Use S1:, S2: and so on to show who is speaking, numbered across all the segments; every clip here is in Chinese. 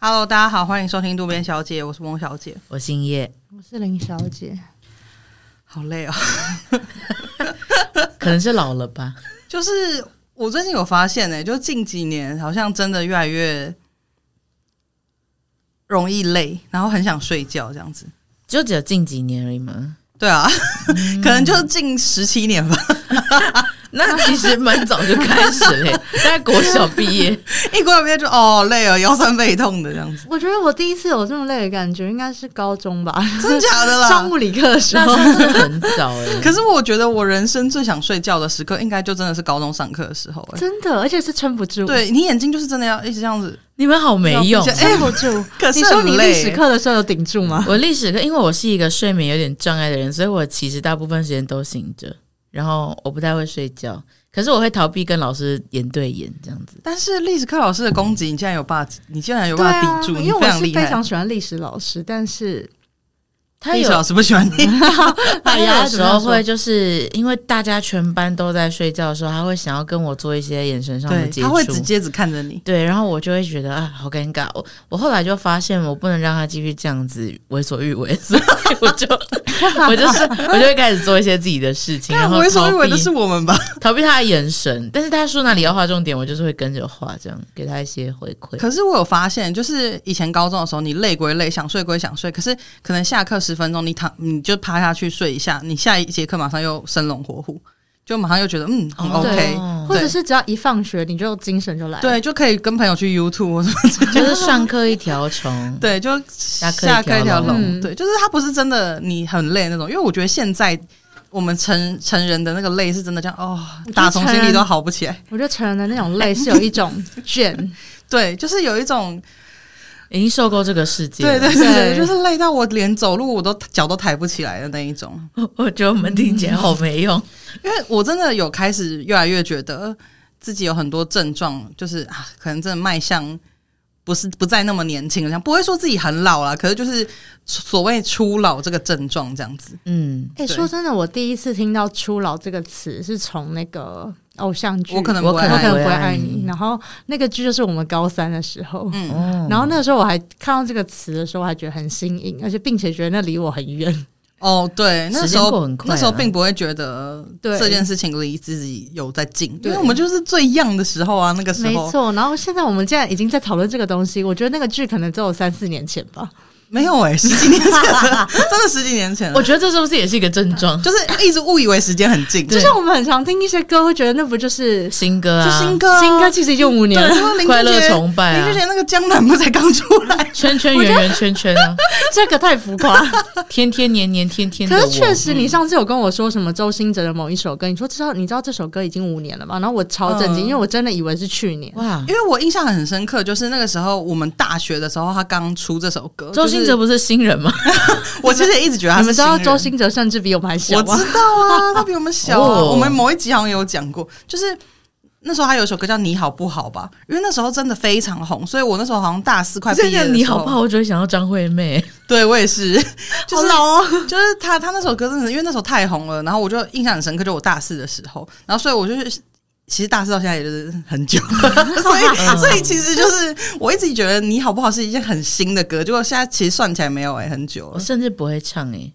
S1: Hello，大家好，欢迎收听渡边小姐，我是翁小姐。
S2: 我姓叶，
S3: 我是林小姐，
S1: 好累哦，
S2: 可能是老了吧。
S1: 就是我最近有发现呢、就近几年好像真的越来越容易累，然后很想睡觉这样子。
S2: 就只有近几年而已嘛。
S1: 对啊，
S3: 嗯
S1: 可能就近十七年吧，
S2: 那其实蛮早就开始嘞， 大概国小毕业。
S1: 一过来边就哦累哦，腰酸背痛的这 样子，
S3: 我觉得我第一次有这么累的感觉，应该是高中吧，
S1: 真假 的
S3: 上
S1: 啦
S3: 物。理课的时
S2: 那
S3: 候。
S2: 真的很早哎、
S1: 可是我觉得我人生最想睡觉的时刻，应该就真的是高中上课的时候、欸。
S3: 真的，而且是撑不住，，
S1: 对你眼睛就是真的要一直这样子，
S2: 你们好没用。
S1: 哎
S3: 撑不 住。
S1: 可是
S3: 你说
S1: 很
S3: 你
S1: 累欸
S3: 历史课的时候有顶住吗？
S2: 我历史课，因为我是一个睡眠有点障碍的人，所以我其实大部分时间都醒着，然后我不太会睡觉。可是我会逃避跟老师眼对眼这样子。
S1: 但是历史课老师的攻击，你竟然有办法，你竟然有
S3: 对
S1: 办
S3: 啊
S1: 法，抵住，
S3: 因为
S1: 你
S3: 我
S1: 非
S3: 是
S1: 常厉
S3: 非
S1: 害
S3: 常。喜欢历史老师，但是
S2: 他
S1: 历史
S2: 有
S1: 老师不喜欢你，
S2: 他有时候会
S3: 怎么样说
S2: 就是因为大家全班都在睡觉的时候，他会想要跟我做一些眼神上的
S1: 对，
S2: 接触。
S1: 他会直接只看着你。
S2: 对，然后我就会觉得啊，好尴尬。我我后来就发现，我不能让他继续这样子为所欲为， 所以我就我就是我就会开始做一些自己的事情，然
S1: 但
S2: 后
S1: 为所
S2: 逃
S1: 欲为的
S2: 避
S1: 是我们吧？
S2: 逃避他的眼神。但是他说哪里要画重点，我就是会跟着画，这样给他一些回馈。
S1: 可是我有发现，就是以前高中的时候，你累归累，想睡归想睡，可是可能下课十分钟，你躺你就趴下去睡一下，你下一节课马上又生龙活虎，就马上又觉得嗯很
S2: 哦
S1: OK，、
S3: 或者
S1: 对
S3: 是只要一放学，你就精神就来了。
S1: 对，就可以跟朋友去 YouTube 或者，
S2: 就是上课一条虫
S1: 对，就
S2: 课一
S1: 下课一条
S2: 条
S1: 龙。
S2: 龙
S3: 嗯
S1: 对，就是它不是真的你很累那种，因为我觉得现在我们成成人的那个累是真的这样哦，
S3: 我觉得
S1: 打从心
S3: 成
S1: 里
S3: 人
S1: 都好不起来。
S3: 我觉得成人的那种累是有一 种倦，
S1: 对，就是有一种
S2: 已经受够这个世界了。
S1: 对对对对，
S3: 对
S1: 就是累到我连走路我都脚都抬不起来的那一种。
S2: 我觉得我们听起来好 没用。
S1: 因为我真的有开始越来越觉得自己有很多症状，就是啊，可能真的迈向不是不再那么年轻了，这样不会说自己很老了，可是就是所谓初老这个症状这样子。
S2: 嗯，
S1: 对
S3: 哎、说真的，我第一次听到“初老”这个词是从那个偶像剧，
S1: 嗯我可能
S2: 我
S1: 不会
S2: 可
S3: 我
S1: 爱
S3: 可能不
S2: 不
S3: 会
S2: 会
S3: 爱
S2: 爱
S3: 你。
S2: 你
S3: 然后那个剧就是我们高三的时候，
S1: 嗯，
S2: 哦
S3: 然后那个时候我还看到这个词的时候，我还觉得很新颖，而且并且觉得那离我很远。
S1: 哦，对，那
S2: 时
S1: 时
S2: 间
S1: 候
S2: 过很快
S1: 那
S2: 啊
S1: 时候并不会觉得
S3: 对
S1: 这件事情离自己有在近，因
S3: 对
S1: 为我们就是最 young 的时候啊，那个时
S3: 没
S1: 候
S3: 错，然后现在我们竟然已经在讨论这个东西，我觉得那个剧可能只有三四年前吧。
S1: 没有哎、十几年前 了，真的十几年前
S2: 我
S1: 了，
S2: 觉得这是不是也是一个症 状？
S1: 就是一直误以为时间很近，
S3: 就
S1: 就是
S3: 像我们很常听一些歌，会觉得那不就是
S2: 新歌
S1: 就
S2: 啊，
S1: 新歌啊、
S3: 新歌，其实已经五年
S1: 对，
S3: 了，
S1: 就是林俊杰
S2: 快乐崇拜
S1: 林
S2: 啊
S1: 俊，杰那个江南不才刚出来，
S2: 圈圈圆圆圈圈啊。
S3: 这个太浮 夸。
S2: 天天年年天天的
S3: 可
S2: 我，
S3: 是确实，你上次有跟我说什么周兴哲的某一首歌，你说知道你知道这首歌已经五年了吗？然后我超震惊，
S1: 嗯
S3: 因为我真的以为是去年。
S2: 哇
S1: 因，为我印象很深刻，就是那个时候我们大学的时候，他刚出这首歌，
S2: 周星哲不是新人吗？
S1: 就是我其实也一直觉得他
S3: 你
S1: 是
S3: 们知道
S1: 新人
S3: 周兴哲甚至比我们还小
S1: 我
S3: 吗？
S1: 知道啊，他比我们小、啊。
S2: 哦
S1: 我们某一集好像有讲过，就是那时候他有一首歌叫《你好不好》吧，因为那时候真的非常红，所以我那时候好像大四快毕
S2: 这
S1: 业
S2: 个
S1: 的
S2: 你
S1: 时候
S2: 好不好？？我就会想到张惠妹，
S1: 对我也是，就是
S3: 老哦，
S1: 就是他他那首歌真的是因为那时候太红了，然后我就印象很深刻，就我大四的时候，然后所以我就是。其实大四到现在也就是很 久，所以所以其实就是我一直觉得你好不好是一件很新的歌，结果现在其实算起来没有哎、很久
S2: 我
S1: 了，
S2: 甚至不会唱哎。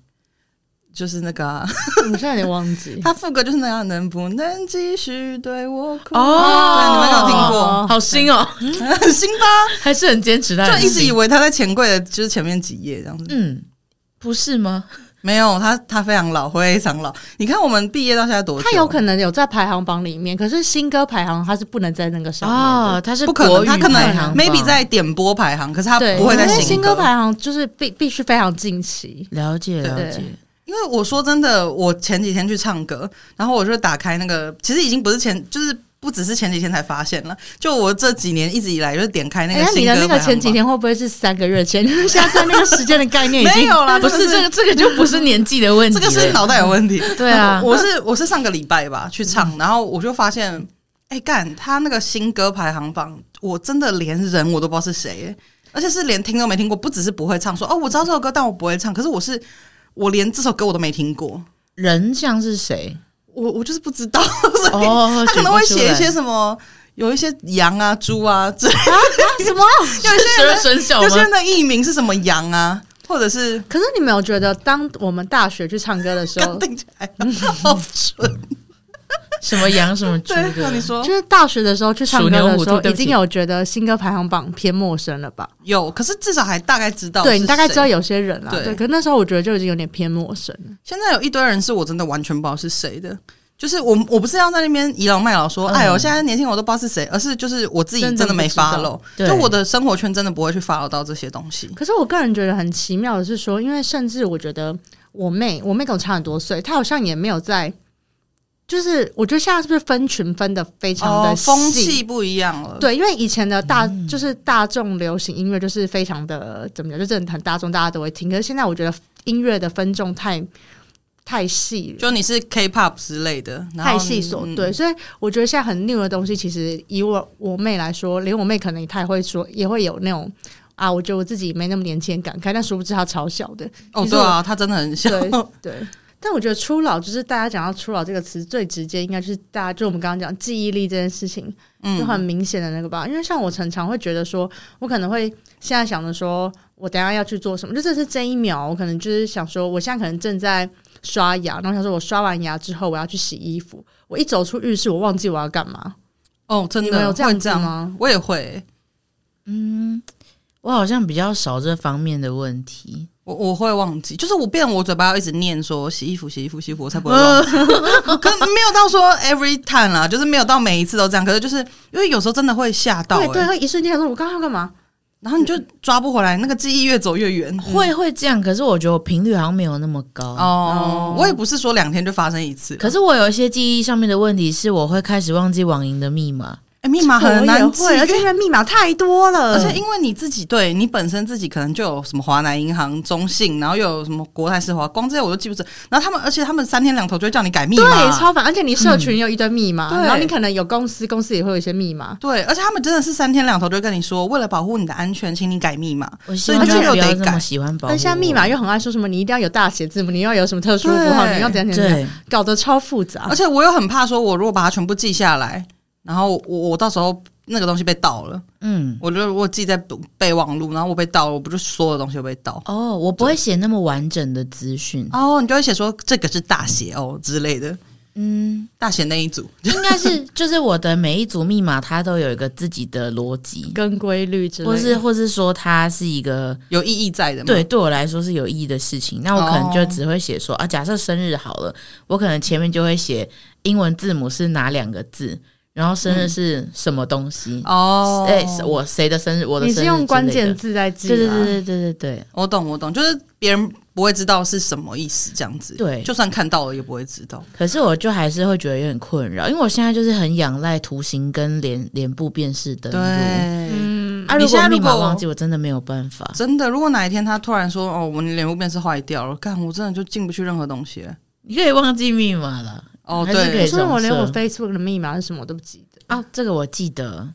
S1: 就是那个啊、
S3: 我现在有点忘记。
S1: 他副歌就是那样，能不能继续对我哭？对，你
S2: 哦
S1: 们有听 过？
S2: 好新哦，
S1: 很新吧？
S2: 还是很坚持的，
S1: 就一直以为他在钱柜的，就是前面几页这样子。
S2: 嗯，不是吗？
S1: 没有，他他非常老，非常老。你看我们毕业到现在多久？
S3: 他有可能有在排行榜里面，可是新歌排行他是不能在那个上面的。
S2: 哦，他是
S1: 不可能？
S2: 国语
S1: 他可
S2: 排
S1: 能
S2: 行榜
S1: maybe 在点播排行，可是他
S3: 对，
S1: 啊不会在
S3: 因为
S1: 新
S3: 歌
S1: 歌。
S3: 排行就是必必须非常近期。
S2: 了解
S1: 对
S2: 了解，
S1: 因为我说真的，我前几天去唱歌，然后我就打开那个，其实已经不是前，就是不只是前几天才发现了，就我这几年一直以来就是点开那
S3: 哎
S1: 个
S3: 呀，
S1: 新
S3: 你
S1: 歌
S3: 的
S1: 排
S3: 那
S1: 行
S3: 个
S1: 榜。
S3: 前几天会不会是三个月前？ 因为现在对那个时间的概念已
S1: 没
S3: 经
S1: 有啦，
S2: 不是这个这个就不是年纪的问题
S1: 这
S2: 了，
S1: 个是脑袋有问题。
S2: 对 啊
S1: 我我是我是上个礼拜吧去唱，
S3: 嗯
S1: 然后我就发现，哎、干他那个新歌排行榜，我真的连人我都不知道是谁、哎而且是连听都没听过，不只是不会唱，说哦我知道这首歌，但我不会唱，可是我是我连这首歌我都没听过，
S2: 人像是谁？
S1: 我我就是不知道，所以
S2: 哦，
S1: 他可能会
S2: 举不出
S1: 写
S2: 来
S1: 一些什么。有一些羊啊、猪啊，这
S3: 什么？ 啊
S1: 有一些
S2: 十
S1: 人
S2: 二
S1: 的
S2: 生
S3: 哦
S2: 肖
S1: 有些
S2: 吗？
S1: 人的艺名是什么羊啊，或者是
S3: 可是你没有觉得，当我们大学去唱歌的时
S1: 刚
S3: 候，
S1: 定起来，
S3: 嗯
S1: 好蠢。
S2: 什么羊什么猪
S1: 对，那你
S2: 的？
S1: 说
S3: 就是大学的时候去唱歌的
S2: 鼠
S3: 时
S2: 牛
S3: 候
S2: 虎，兔
S3: 已经有觉得新歌排行榜偏陌生了吧？
S1: 有，可是至少还大概知道是谁。
S3: 对你大概知道有些人啦，啊
S1: 对
S3: 对。可那时候我觉得就已经有点偏陌生了。
S1: 现在有一堆人是我真的完全不知道是谁的，就是我我不是要在那边倚老卖老说，
S2: 嗯
S1: 哎呦，现在年轻人我都不知道是谁，而是就是我自己
S3: 真的
S1: 真的没
S3: 不知道
S1: follow，
S2: 对
S1: 就我的生活圈真的不会去 follow 到这些东西。
S3: 可是我个人觉得很奇妙的是说，因为甚至我觉得我妹，我妹跟我差很多岁，她好像也没有在，就是我觉得现在是不是分群分的非常的
S1: 哦，
S3: 细
S1: 风气嗯不一样了。
S3: 对，因为以前的大、就是大众流行音乐就是非常的怎么讲，就真的很大众，大家都会听。可是现在我觉得音乐的分众太太细了。
S1: 就你是 K-pop 之类的，然后
S3: 太细琐，
S1: 嗯
S3: 对，所以我觉得现在很 new 的东西，其实以我我妹来说，连我妹可能她也会说，也会有那种啊，我觉得我自己没那么年轻的感慨，但殊不知她超小的，
S1: 哦，
S3: 其实
S1: 对
S3: 我
S1: 啊，他真的很像。
S3: 对对。但我觉得初老就是大家讲到初老这个词，最直接应该就是大家就我们刚刚讲记忆力这件事情，就很
S1: 嗯，
S3: 明显的那个吧。因为像我常常会觉得说，我可能会现在想着说我等一下要去做什么，就这是这一秒，我可能就是想说，我现在可能正在刷牙，然后想说我刷完牙之后我要去洗衣服，我一走出浴室，我忘记我要干嘛。
S1: 哦，真
S3: 你们
S1: 的
S3: 有
S1: 会
S3: 这样
S1: 这
S3: 子
S1: 样？
S3: 吗？
S1: 我也会，
S2: 我好像比较少这方面的问题。
S1: 我我会忘记，就是我变我嘴巴要一直念说洗衣服、洗衣服、洗衣服，我才不会忘记。
S3: 嗯
S1: 可没有到说 every time 啦，就是没有到每一次都这样。可是就是因为有时候真的会吓到、
S3: 对对，
S1: 欸，
S3: 会一瞬间想说我刚刚要干嘛？
S1: 然后你就抓不回来，那个记忆越走越远。
S2: 会会这样，可是我觉得我频率好像没有那么高。
S1: 嗯哦，我也不是说两天就发生一次，
S2: 可是我有一些记忆上面的问题，是我会开始忘记网银的密码。
S1: 哎、密码很难记，
S3: 我也会，而且嗯
S1: 因
S3: 因
S1: 为
S3: 为密码太多了，
S1: 而且因为你自己对你本身自己可能就有什么华南银行、中信，然后又有什么国泰世华，光这些我都记不住。然后他们，而且他们三天两头就会叫你改密码，
S3: 对
S1: 嗯
S3: 超烦，而且你社群有一堆密码，
S1: 嗯对
S3: 然后你可能有公司，公司也会有一些密码。
S1: 对，而且他们真的是三天两头就跟你说，为了保护你的安全，请你改密码。
S2: 我希
S1: 所以
S2: 望
S1: 你
S2: 大
S1: 就
S2: 家
S1: 有
S2: 不要
S1: 得
S2: 这
S1: 改
S2: 么。喜欢保护我。
S3: 而且现在密码又很爱说什么，你一定要有大写字母，你要有什么特殊符号，
S1: 对
S3: 你要怎样怎样怎样，
S2: 对，
S3: 搞得超复杂
S1: 而。且我又很怕说，我如果把它全部记下来，然后我我到时候那个东西被盗了，
S2: 嗯，
S1: 我就如果记在备忘录，然后我被盗了，我不就所有东西都被盗？
S2: 哦，我不会写那么完整的资讯。
S1: 哦，你就会写说这个是大写哦之类的，
S2: 嗯，
S1: 大写那一组。
S2: 应该是就是我的每一组密码，它都有一个自己的逻 辑，
S3: 跟规律之类的，
S2: 或是或是说它是一个
S1: 有意义在的嘛？
S2: 对，对我来说是有意义的事情。那我可能就
S1: 哦
S2: 只会写说、啊，假设生日好了，我可能前面就会写英文字母是哪两个字，然后生日是什么东西。
S1: 哦，
S2: 哎、我谁的生日？我的
S3: 你
S2: 生日
S3: 是用
S2: 之
S3: 关
S2: 类
S3: 键
S2: 的
S3: 字在记、啊，
S2: 对对对对对对对，
S1: 我懂，我懂，就是别人不会知道是什么意思，这样子。
S2: 对
S1: 就算看到了也不会知道。
S2: 可是我就还是会觉得有点困扰，因为我现在就是很仰赖图形跟脸脸部辨识登
S1: 对，
S2: 录。
S3: 嗯，
S2: 啊，
S1: 你
S2: 如
S1: 现
S2: 果
S1: 在
S2: 密
S1: 如
S2: 码
S1: 果
S2: 忘记，我真的没有办法。
S1: 真的，如果哪一天他突然说：“哦，我的脸部辨识坏掉了”，干，我真的就进不去任何东西了。
S2: 你可以忘记密码了
S1: 哦，
S2: 还是可
S1: 对
S2: 以，
S3: 所以我连
S2: 总
S3: 我
S2: 社
S3: Facebook 的密码是什么我都不记得。
S2: 啊，这个我记得，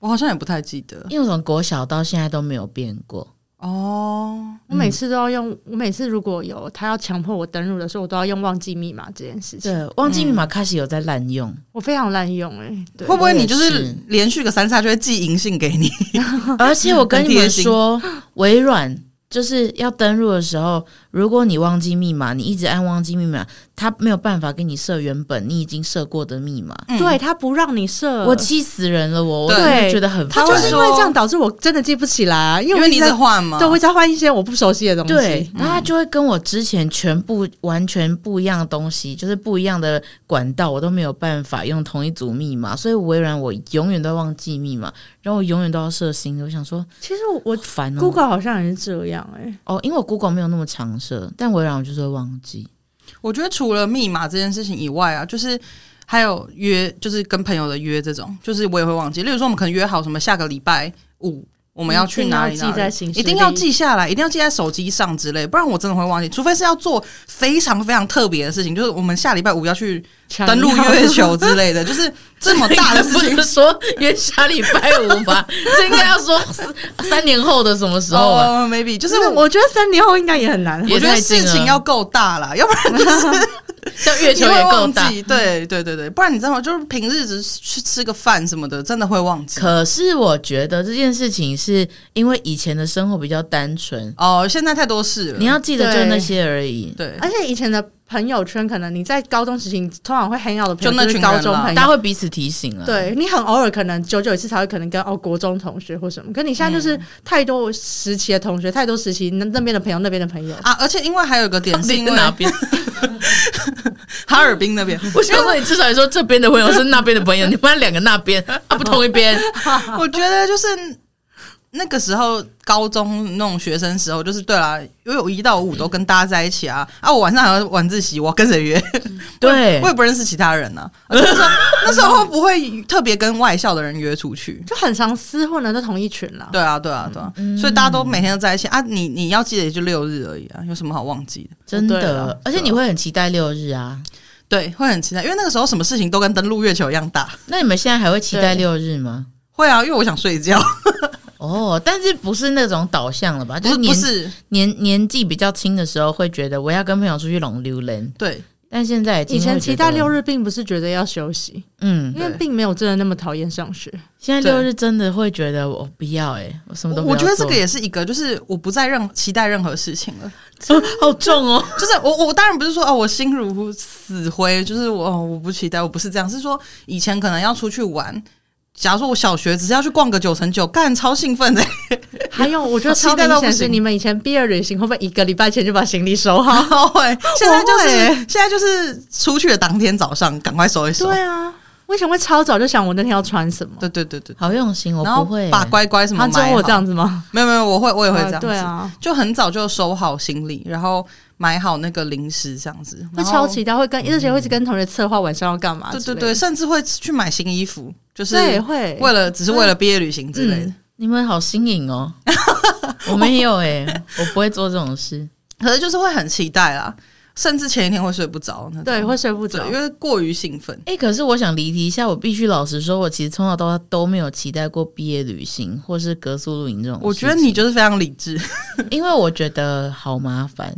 S1: 我好像也不太记得。
S2: 因为我从国小到现在都没有变过。
S1: 哦，
S3: 我每次都要用，我每次如果有他要强迫我登录的时候，我都要用忘记密码这件事情，
S2: 对，忘记密码开始有在滥用，
S3: 我非常滥用哎、对
S1: 会，不会
S2: 我
S1: 你
S2: 也
S1: 就是
S2: 是
S1: 连续个三下就会寄银信给你？
S3: 嗯
S2: 而且我跟你
S1: 很贴
S2: 们
S1: 心
S2: 说，微软就是要登录的时候，如果你忘记密码，你一直按忘记密码，它没有办法给你设原本你已经设过的密码。
S3: 对他不让你设，
S2: 我气死人了我，我
S1: 对
S2: 真的觉得很
S3: 嗯他
S2: 烦。
S3: 就是因为
S1: 他会说
S3: 这样导致我真的记不起来啊，因
S1: 因
S3: 为我
S1: 为你
S3: 一
S1: 一
S3: 直
S1: 直
S3: 在
S1: 换嘛。
S3: 对，我一直在换一些我不熟悉的东西。
S2: 对，然后他就会跟我之前全部完全不一样的东西，就是不一样的管道，我都没有办法用同一组密码，所以微软我永远都忘记密码，然后我永远都要设新的。我想说，
S3: 其实我我
S2: 好烦哦
S3: Google 好像也是这样哎、
S2: 哦，因为我 Google 没有那么常设，但微软我就是会忘记。
S1: 我觉得除了密码这件事情以外啊，就是还有约，就是跟朋友的约这种，就是我也会忘记。例如说，我们可能约好什么下个礼拜五我们要去哪里
S3: 一
S1: 哪
S3: 定要
S1: 里，
S3: 记在行事历
S1: 一定要记下来，一定要记在手机上之类，不然我真的会忘记。除非是要做非常非常特别的事情，就是我们下礼拜五要去
S3: 强
S1: 登陆
S3: 要
S1: 月 球之类的，就是这么哦大的事
S2: 不
S1: 情
S2: 是。说约下礼拜五吧，这应该要说三三年后的什么时候吧？
S1: 哦，maybe 就
S3: 就是是
S1: 我，
S3: 我觉得三年后应该也很 难。
S2: 也
S1: 我觉得
S2: 太近
S1: 事
S2: 了
S1: 情要够大 啦，要不然
S2: 像月
S1: 你
S2: 球
S1: 会
S2: 也够
S1: 忘
S2: 大。
S1: 记。对对对对，不然你真的就是平日只是去吃个饭什么的，真的会忘记。
S2: 可是我觉得这件事情是因为以前的生活比较单纯，
S1: 哦，现在太多事了。
S2: 你要记得就
S3: 对
S2: 那些而已。
S1: 对
S3: 而且以前的朋友圈，可能你在高中时期你通常会很好的朋
S1: 就
S3: 友，
S1: 那
S3: 就是
S1: 群
S3: 高
S1: 人
S3: 中
S1: 啦
S3: 朋
S2: 大家
S3: 友。
S2: 会彼此提醒啊。
S3: 对你很偶尔可能久久一次才会可能跟哦国中同学或什么，可你现在就是太多时期的同学，太多时期那那边的朋友，那边的朋友，
S1: 啊，而且因为还有一个点
S2: 到
S1: 是
S2: 底
S1: 因
S2: 是
S1: 为
S2: 哪边？
S1: 哈尔滨那边，
S2: 我想说，你至少也说这边的朋友是那边的朋友，你们两个那边啊不同一边，
S1: 我觉得就是那个时候高中那种学生时候，就是对啦，因为我一到五都跟大家在一起啊，啊，我晚上还要晚自习，我跟谁约？
S2: 对
S1: 我也不认识其他人啊。那时 候那时候不会特别跟外校的人约出去。
S3: 就很常厮混的都同一群啦。
S1: 对啊，对啊，对啊，
S2: 嗯
S1: 所以大家都每天都在一起啊。你你要记得也就六日而已啊，有什么好忘记的？
S2: 真
S3: 对
S2: 的
S3: 啊。
S2: 而且你会很期待六日啊。
S1: 对，会很期待，因为那个时候什么事情都跟登陆月球一样大。
S2: 那你们现在还会期待
S3: 对
S2: 六日吗？
S1: 会啊，因为我想睡觉，
S2: 哦，但是不是那种导向了吧？
S1: 不
S2: 就是是
S1: 不
S2: 年
S1: 是
S2: 年年纪比较轻的时候，会觉得我要跟朋友出去龙溜人，
S1: 对
S2: 但现在已经
S3: 以前期待六
S2: 日，
S3: 日，并不是觉得要休息，
S2: 嗯，
S3: 因为
S1: 对
S3: 并没有真的那么讨厌上学。
S2: 现在
S1: 对
S2: 六日真的会觉得我不要哎、我什么都
S1: 我
S2: 不要
S1: 我觉得这
S2: 做
S1: 个也是一个，就是我不再任期待任何事情了。
S2: 好重哦，
S1: 就是我我当然不是说哦，我心如死灰，就是我、哦、我不期待，我不是这样，是说以前可能要出去玩。假如说我小学只是要去逛个九乘九，干超兴奋的、
S3: 还有，我觉得
S1: 期
S3: 超
S1: 待到
S3: 明
S1: 不
S3: 显是
S1: 行
S3: 你们以前毕业旅行会不会一个礼拜前就把行李收 好？
S1: 好 哎，现在就是、
S3: 我会
S1: 现在就是出去的当天早上赶快收一收，
S3: 对啊，我以前会超早就想我那天要穿什么，
S1: 对对对对，
S2: 好用心，我
S1: 然后
S2: 不会、欸
S1: 把乖乖什么
S3: 啊，只
S1: 买
S3: 有
S1: 好，
S3: 我这样子吗？
S1: 没有没有，我会我也会这样子，
S3: 对啊，
S1: 就很早就收好行李，然后买好那个零食这样子，
S3: 会
S1: 然后
S3: 超期待，会跟而且会一直跟同学策划晚上要干嘛之
S1: 对
S3: 类
S1: 对
S3: 的，
S1: 对，甚至会去买新衣服，就是
S3: 对会
S1: 为了只是为了毕业旅行之类的。
S3: 嗯
S2: 你们好新颖 哦，我没有哎、我不会做这种事。
S1: 可是就是会很期待啦，甚至前一天会睡不着那种。
S3: 对会睡不
S1: 对
S3: 着
S1: 因。为过于兴奋。
S2: 哎、可是我想离题一下，我必须老实说，我其实从小到大都没有期待过毕业旅行或是格宿露营这种事情。
S1: 我觉得你就是非常理智
S2: 因为我觉得好麻烦，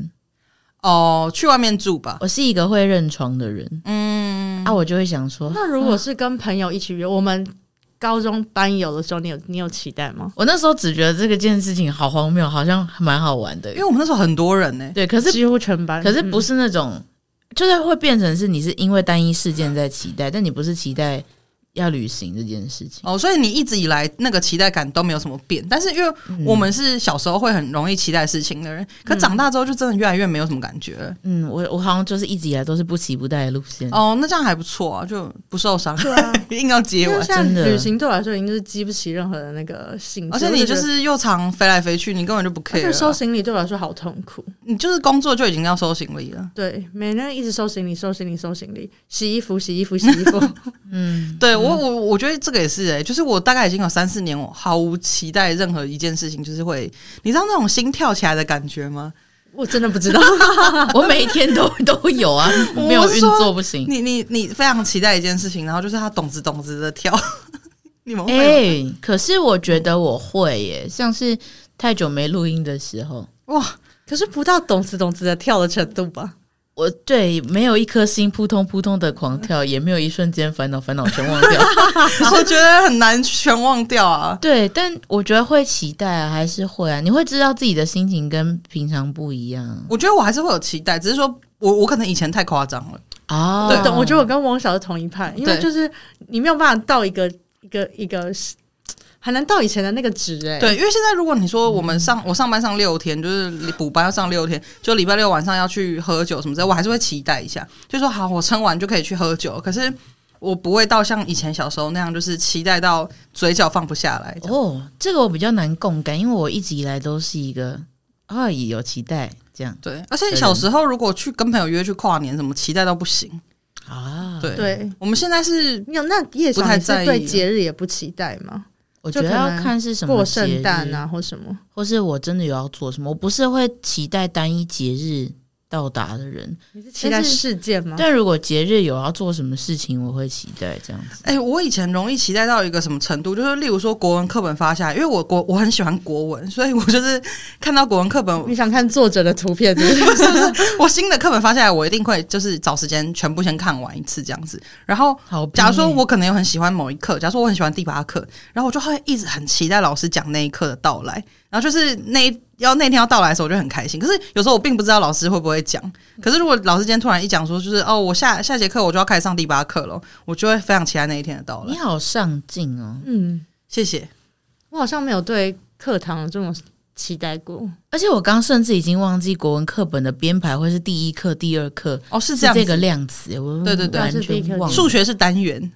S1: 哦，去外面住吧。
S2: 我是一个会认床的人，
S1: 嗯，
S2: 啊，我就会想说，
S3: 那如果是跟朋友一起约，我们高中班游的时候，你有你有期待吗？
S2: 我那时候只觉得这个件事情好荒谬，好像蛮好玩的
S1: 因。为我们那时候很多人呢、
S2: 对，可是
S3: 几乎全班，
S2: 可是
S3: 嗯
S2: 不是那种，就是会变成是你是因为单一事件在期待，但你不是期待要旅行这件事情。
S1: 哦，所以你一直以来那个期待感都没有什么变，但是因为
S3: 嗯
S1: 我们是小时候会很容易期待事情的人，可长大之后就真的越来越没有什么感觉了。
S2: 嗯，我我好像就是一直以来都是不期不待的路线。
S1: 哦，那这样还不错啊，就不受伤，
S3: 对啊，
S1: 硬要接
S3: 因为
S1: 吻。
S3: 现在
S2: 真的
S3: 旅行对我来说已经就是激不起任何的那个兴致，
S1: 而且你
S3: 我
S1: 就
S3: 觉得。
S1: 是又常飞来飞去，你根本就不
S3: 而
S1: care，
S3: 且收
S1: 啊
S3: 行李对我来说好痛苦，
S1: 你就是工作就已经要收行李了。
S3: 对，每天一直收行李、收行李、收行李，洗衣服、洗衣服、洗衣服，
S2: 嗯，
S1: 对我我我觉得这个也是哎、就是我大概已经有三四年，我毫无期待任何一件事情，就是会，你知道那种心跳起来的感觉吗？
S3: 我真的不知道。
S2: 我每一 天都都有啊，
S1: 我
S2: 没有
S1: 是
S2: 运
S1: 说
S2: 作不行。
S1: 你你你非常期待一件事情，然后就是它咚子咚子的跳， 你们会
S2: 哎、
S1: 吗、
S2: 可是我觉得我会耶，像是太久没录音的时候，
S1: 哇，
S3: 可是不到懂词懂词的跳的程度吧？
S2: 我对没有一颗心扑通扑通的狂跳，也没有一瞬间烦恼烦恼全忘 掉。
S1: 我觉得很难全忘掉啊。
S2: 对，但我觉得会期待啊，还是会啊，你会知道自己的心情跟平常不一样
S1: 我觉得我还是会有期待，只是说我我可能以前太夸张了，
S2: 哦
S3: 我懂，我觉得我跟汪小是同一派，因为
S1: 对
S3: 就是你没有办法到一个一个一个，很难到以前的那个值哎、
S1: 对，因嗯为现在如果你说我们上我上班上六天，就是补班要上六天，就礼拜六晚上要去喝酒什么之类，我还是会期待一下，就说好我撑完就可以去喝酒，可是我不会到像以前小时候那样，就是期待到嘴角放不下来这样。
S2: 哦，这个我比较难共感，因为我一直以来都是一个啊也有期待这样
S1: 对，而且小时候如果去跟朋友约去跨年什么，期待到不行。
S2: 啊。
S1: 嗯对，
S3: 对，
S1: 我们现在是
S3: 你有那夜
S1: 不
S3: 场
S1: 太
S3: 你是
S1: 在意啊
S3: 对
S1: 了
S3: 节日也不期待吗？
S2: 我觉得要看是什么
S3: 过
S2: 节日
S3: 圣诞，啊或什么？
S2: 或是我真的有要做什么，我不是会期待单一节日到达的人。
S3: 你是期待
S2: 但是
S3: 事件吗？
S2: 但如果节日有要做什么事情，我会期待这样子。
S1: 哎、我以前容易期待到一个什么程度，就是例如说国文课本发下来，因为我国我很喜欢国文， 所以我就是看到国文课本，
S2: 嗯
S3: 你想看作者的图片是不 是？
S1: 我新的课本发下来，我一定会就是找时间全部先看完一次这样子。然后，
S2: 好拼耶，
S1: 假如说我可能有很喜欢某一课，假如说我很喜欢第八课，然后我就会一直很期待老师讲那一课的到来。然后就是那一要那天要到来的时候，我就很开心。可是有时候我并不知道老师会不会讲。可是如果老师今天突然一讲说，就是哦，我下下节课我就要开始上第八课了，我就会非常期待那一天的到来
S2: 你。好上进哦，
S3: 嗯，
S1: 谢谢。
S3: 我好像没有对课堂有这么期待过。
S2: 而且我刚甚至已经忘记国文课本的编排会是第一课、第二课
S1: 哦，是
S2: 是
S1: 这样子。
S2: 这个量词，我
S1: 对对对
S2: 完
S3: 是第一课
S2: 全忘了
S1: 数学是单元，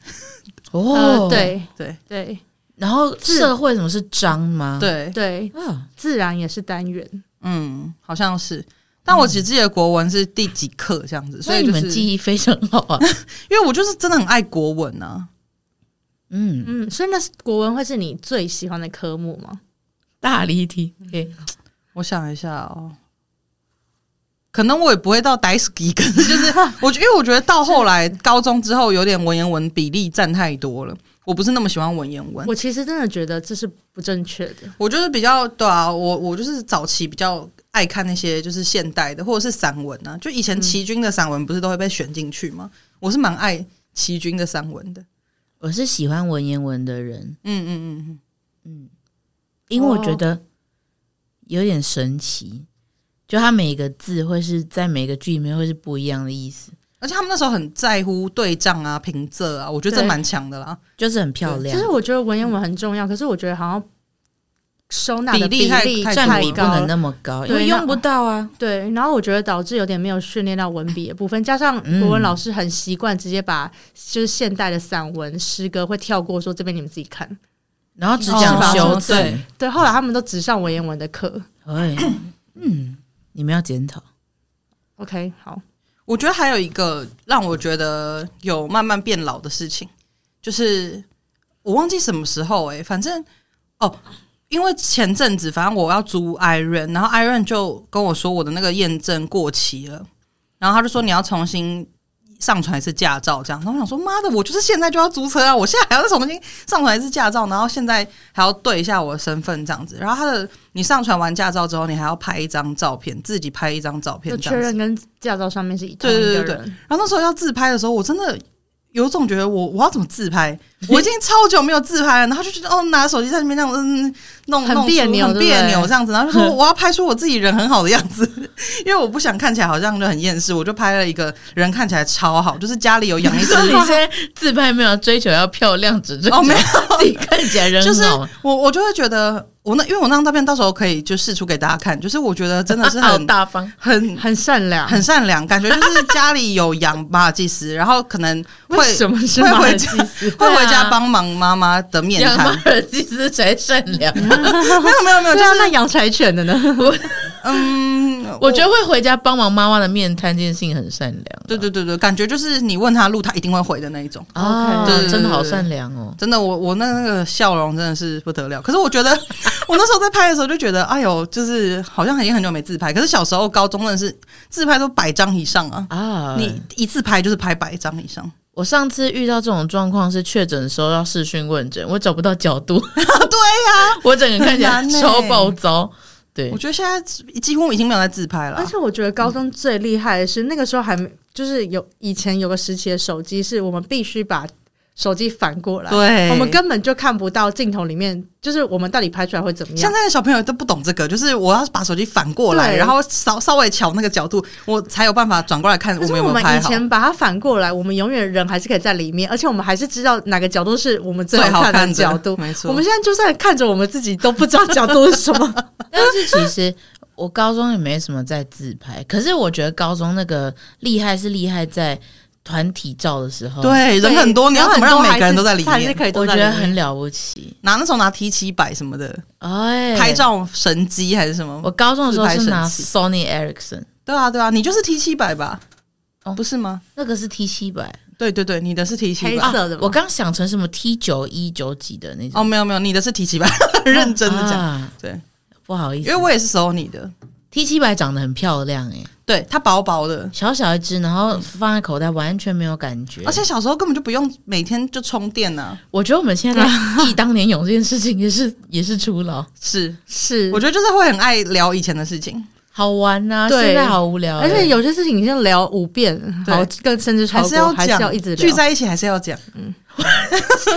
S2: 哦
S3: 呃，，对
S1: 对
S3: 对
S2: 然后社会什么是章吗？
S1: 对，
S3: 对，
S2: 啊，
S3: 自然也是单元。
S1: 嗯，好像是。但我只记得国文是第几课这样子，所
S2: 所以
S1: 以
S2: 你
S1: 就
S2: 们
S1: 是
S2: 记忆非常好啊。
S1: 因为我就是真的很爱国文啊，
S2: 嗯，
S3: 嗯，所以那是国文会是你最喜欢的科目吗？
S2: 大离题。OK，
S1: 嗯我想一下哦，可能我也不会到 d i s k y 可是就是 我觉，因为我觉得到后来高中之后有点文言文比例占太多了，我不是那么喜欢文言文，
S3: 我其实真的觉得这是不正确的。
S1: 我就是比较对啊，我我就是早期比较爱看那些就是现代的或者是散文啊，就以
S2: 嗯
S1: 前齐军的散文不是都会被选进去吗？我是蛮爱齐军的散文的，
S2: 我是喜欢文言文的人，
S1: 嗯嗯嗯嗯，
S2: 因为我觉
S1: 哦
S2: 得有点神奇，就它每一个字会是在每个句里面会是不一样的意思，
S1: 而且他们那时候很在乎对仗啊、平仄啊，我觉得这
S3: 对
S1: 蛮强的啦。
S2: 就是很漂
S3: 其
S2: 亮
S3: 实。我觉得文言文很重要，可是我觉得好像收纳的
S1: 比例太
S3: 例
S1: 太
S2: 占
S3: 太
S2: 比不
S3: 高
S2: 能
S3: 了。
S2: 那么高，因
S3: 对
S2: 为
S3: 那
S2: 用不到啊。
S3: 对，然后我觉得导致有点没有训练到文笔的部分，加上
S2: 嗯
S3: 国文老师很习惯直接把就是现代的散文、诗歌会跳过，说这边你们自己看。
S2: 然后只
S1: 哦
S2: 讲
S1: 是吧
S2: 修辞，
S1: 对
S3: 对，后来他们都只上文言文的课。
S2: 哎，嗯，你们要检讨。
S3: OK，好，
S1: 我觉得还有一个让我觉得有慢慢变老的事情，就是我忘记什么时候哎、反正哦，因为前阵子反正我要租 Iron，然后 Iron 就跟我说我的那个验证过期了，然后他就说你要重新上传一次驾照这样，然后我想说妈的，我就是现在就要租车啊，我现在还要重新上传一次驾照，然后现在还要对一下我的身份这样子，然后他的你上传完驾照之后，你还要拍一张照片，自己拍一张照片
S3: 就
S1: 这
S3: 确
S1: 样子。
S3: 认跟驾照上面是一同
S1: 对
S3: 一
S1: 对
S3: 个
S1: 对对
S3: 人。
S1: 然后那时候要自拍的时候，我真的有种觉得我我要怎么自拍？ 我已经超久没有自拍了，然后就觉得哦，拿手机在那边这样嗯弄
S3: 很
S1: 弄出
S3: 别扭
S1: 很
S3: 对不
S1: 别
S3: 对
S1: 扭这样子，然后就说我要拍出我自己人很好的样子， 因为我不想看起来好像就很厌世，我就拍了一个人看起来超好，就是家里有养 一只
S2: 所 以你现在自拍没有追求要漂亮，只追求
S1: 哦没有
S2: 自己看起来人
S1: 就是
S2: 好。
S1: 我我就会觉得我那因为我那张照片到时候可以就试出给大家看，就是我觉得真的是
S2: 好
S1: 很
S2: 大方。
S1: 很。
S3: 很善良，
S1: 很善良，感觉就是家里有养马尔济斯，然后可能会
S3: 为什么是
S1: 会
S3: 马
S1: 回
S3: 尔济
S1: 家
S3: 斯？
S1: 会回家
S2: 对啊
S1: 帮忙妈妈的面
S2: 养马
S1: 谈。
S2: 尔济斯才善良，
S1: 嗯 没有没有没有，
S3: 对
S1: 就
S3: 啊，
S1: 是
S3: 那养柴犬的呢？
S1: 嗯，
S2: 我觉得会回家帮忙妈妈的面摊这件事情很善良啊。
S1: 对对对对，感觉就是你问他路，他一定会回的那一种。
S2: 啊，
S1: 哦对对对
S2: 真的好
S1: 对
S2: 善良哦。
S1: 真的，我我那那个笑容真的是不得了。可是我觉得， 我那时候在拍的时候就觉得，哎呦，就是好像已经很久没自拍。可是小时候、高中真的是自拍都百张以上啊，
S2: 啊，
S1: 你一次拍就是拍百张以上。
S2: 我上次遇到这种状况是确诊的时候要视讯问诊，我找不到角度，
S1: 对呀、
S2: 我整个看起来
S1: 很难欸
S2: 超暴躁。对
S1: 我，觉得现在几乎已经没有在自拍了
S3: 而
S1: 啊。
S3: 且我觉得高中最厉害的是，那个时候还没，就是有以前有个时期的手机，是我们必须把手机反过来，
S1: 对，
S3: 我们根本就看不到镜头里面，就是我们到底拍出来会怎么
S1: 现
S3: 样。
S1: 在的小朋友都不懂这个，就是我要把手机反过来，
S3: 对
S1: 然后稍稍微瞧那个角度，我才有办法转过来看我
S3: 可是
S1: 们有没有
S3: 我们
S1: 拍
S3: 以
S1: 好。
S3: 前把它反过来，我们永远人还是可以在里面，而且我们还是知道哪个角度是我们最
S1: 最好
S3: 好看
S1: 看
S3: 的角度。
S1: 没错。
S3: 我们现在就算看着我们自己都不知道角度是什 么。
S2: 但是其实我高中也没什么在自拍，可是我觉得高中那个厉害是厉害在团体照的时候，，
S1: 对人很多，你要怎么让每个人都在里
S3: 还是
S1: 面？
S3: 可以
S2: 我
S3: 都
S2: 觉
S3: 在
S2: 得
S3: 里面？
S2: 很了不起。
S1: 拿那时候拿 T 七百什么的
S2: 哎，
S1: 拍。照神机还是什么
S2: 我？高中的时候是拿
S1: 自
S2: Sony Ericsson，
S1: 对啊对啊，你就是 T 七百吧？
S2: 哦
S1: 不是吗？
S2: 那个是 T 七百，
S1: 对对对，你的是 T 七
S3: 黑
S1: 百。
S3: 色的吗
S2: 我刚想成什么 T 九一九几的那种。
S1: 哦，没有没有，你的是 T 七百，认真的讲，
S2: 啊
S1: 对，
S2: 不好意
S1: 因
S2: 思，
S1: 为我也是 Sony 的，
S2: T 七百长得很漂亮哎、
S1: 对，它薄薄的，
S2: 小小一只，然后放在口袋完全没有感觉。
S1: 嗯而且小时候根本就不用每天就充电啊呢、
S2: 我觉得我 们现在在忆当年有这件事情也是也是初老，
S1: 是，
S3: 是
S1: 我觉得就是会很爱聊以前的事情，
S2: 好玩呐、
S3: 对
S2: 现在好无聊、欸
S3: 而且有些事情已经聊五遍，
S1: 对
S3: 好，更甚至超
S1: 还
S3: 过，
S1: 是要
S3: 还是要
S1: 讲，
S3: 一直聊
S1: 聚在一起还是要 讲。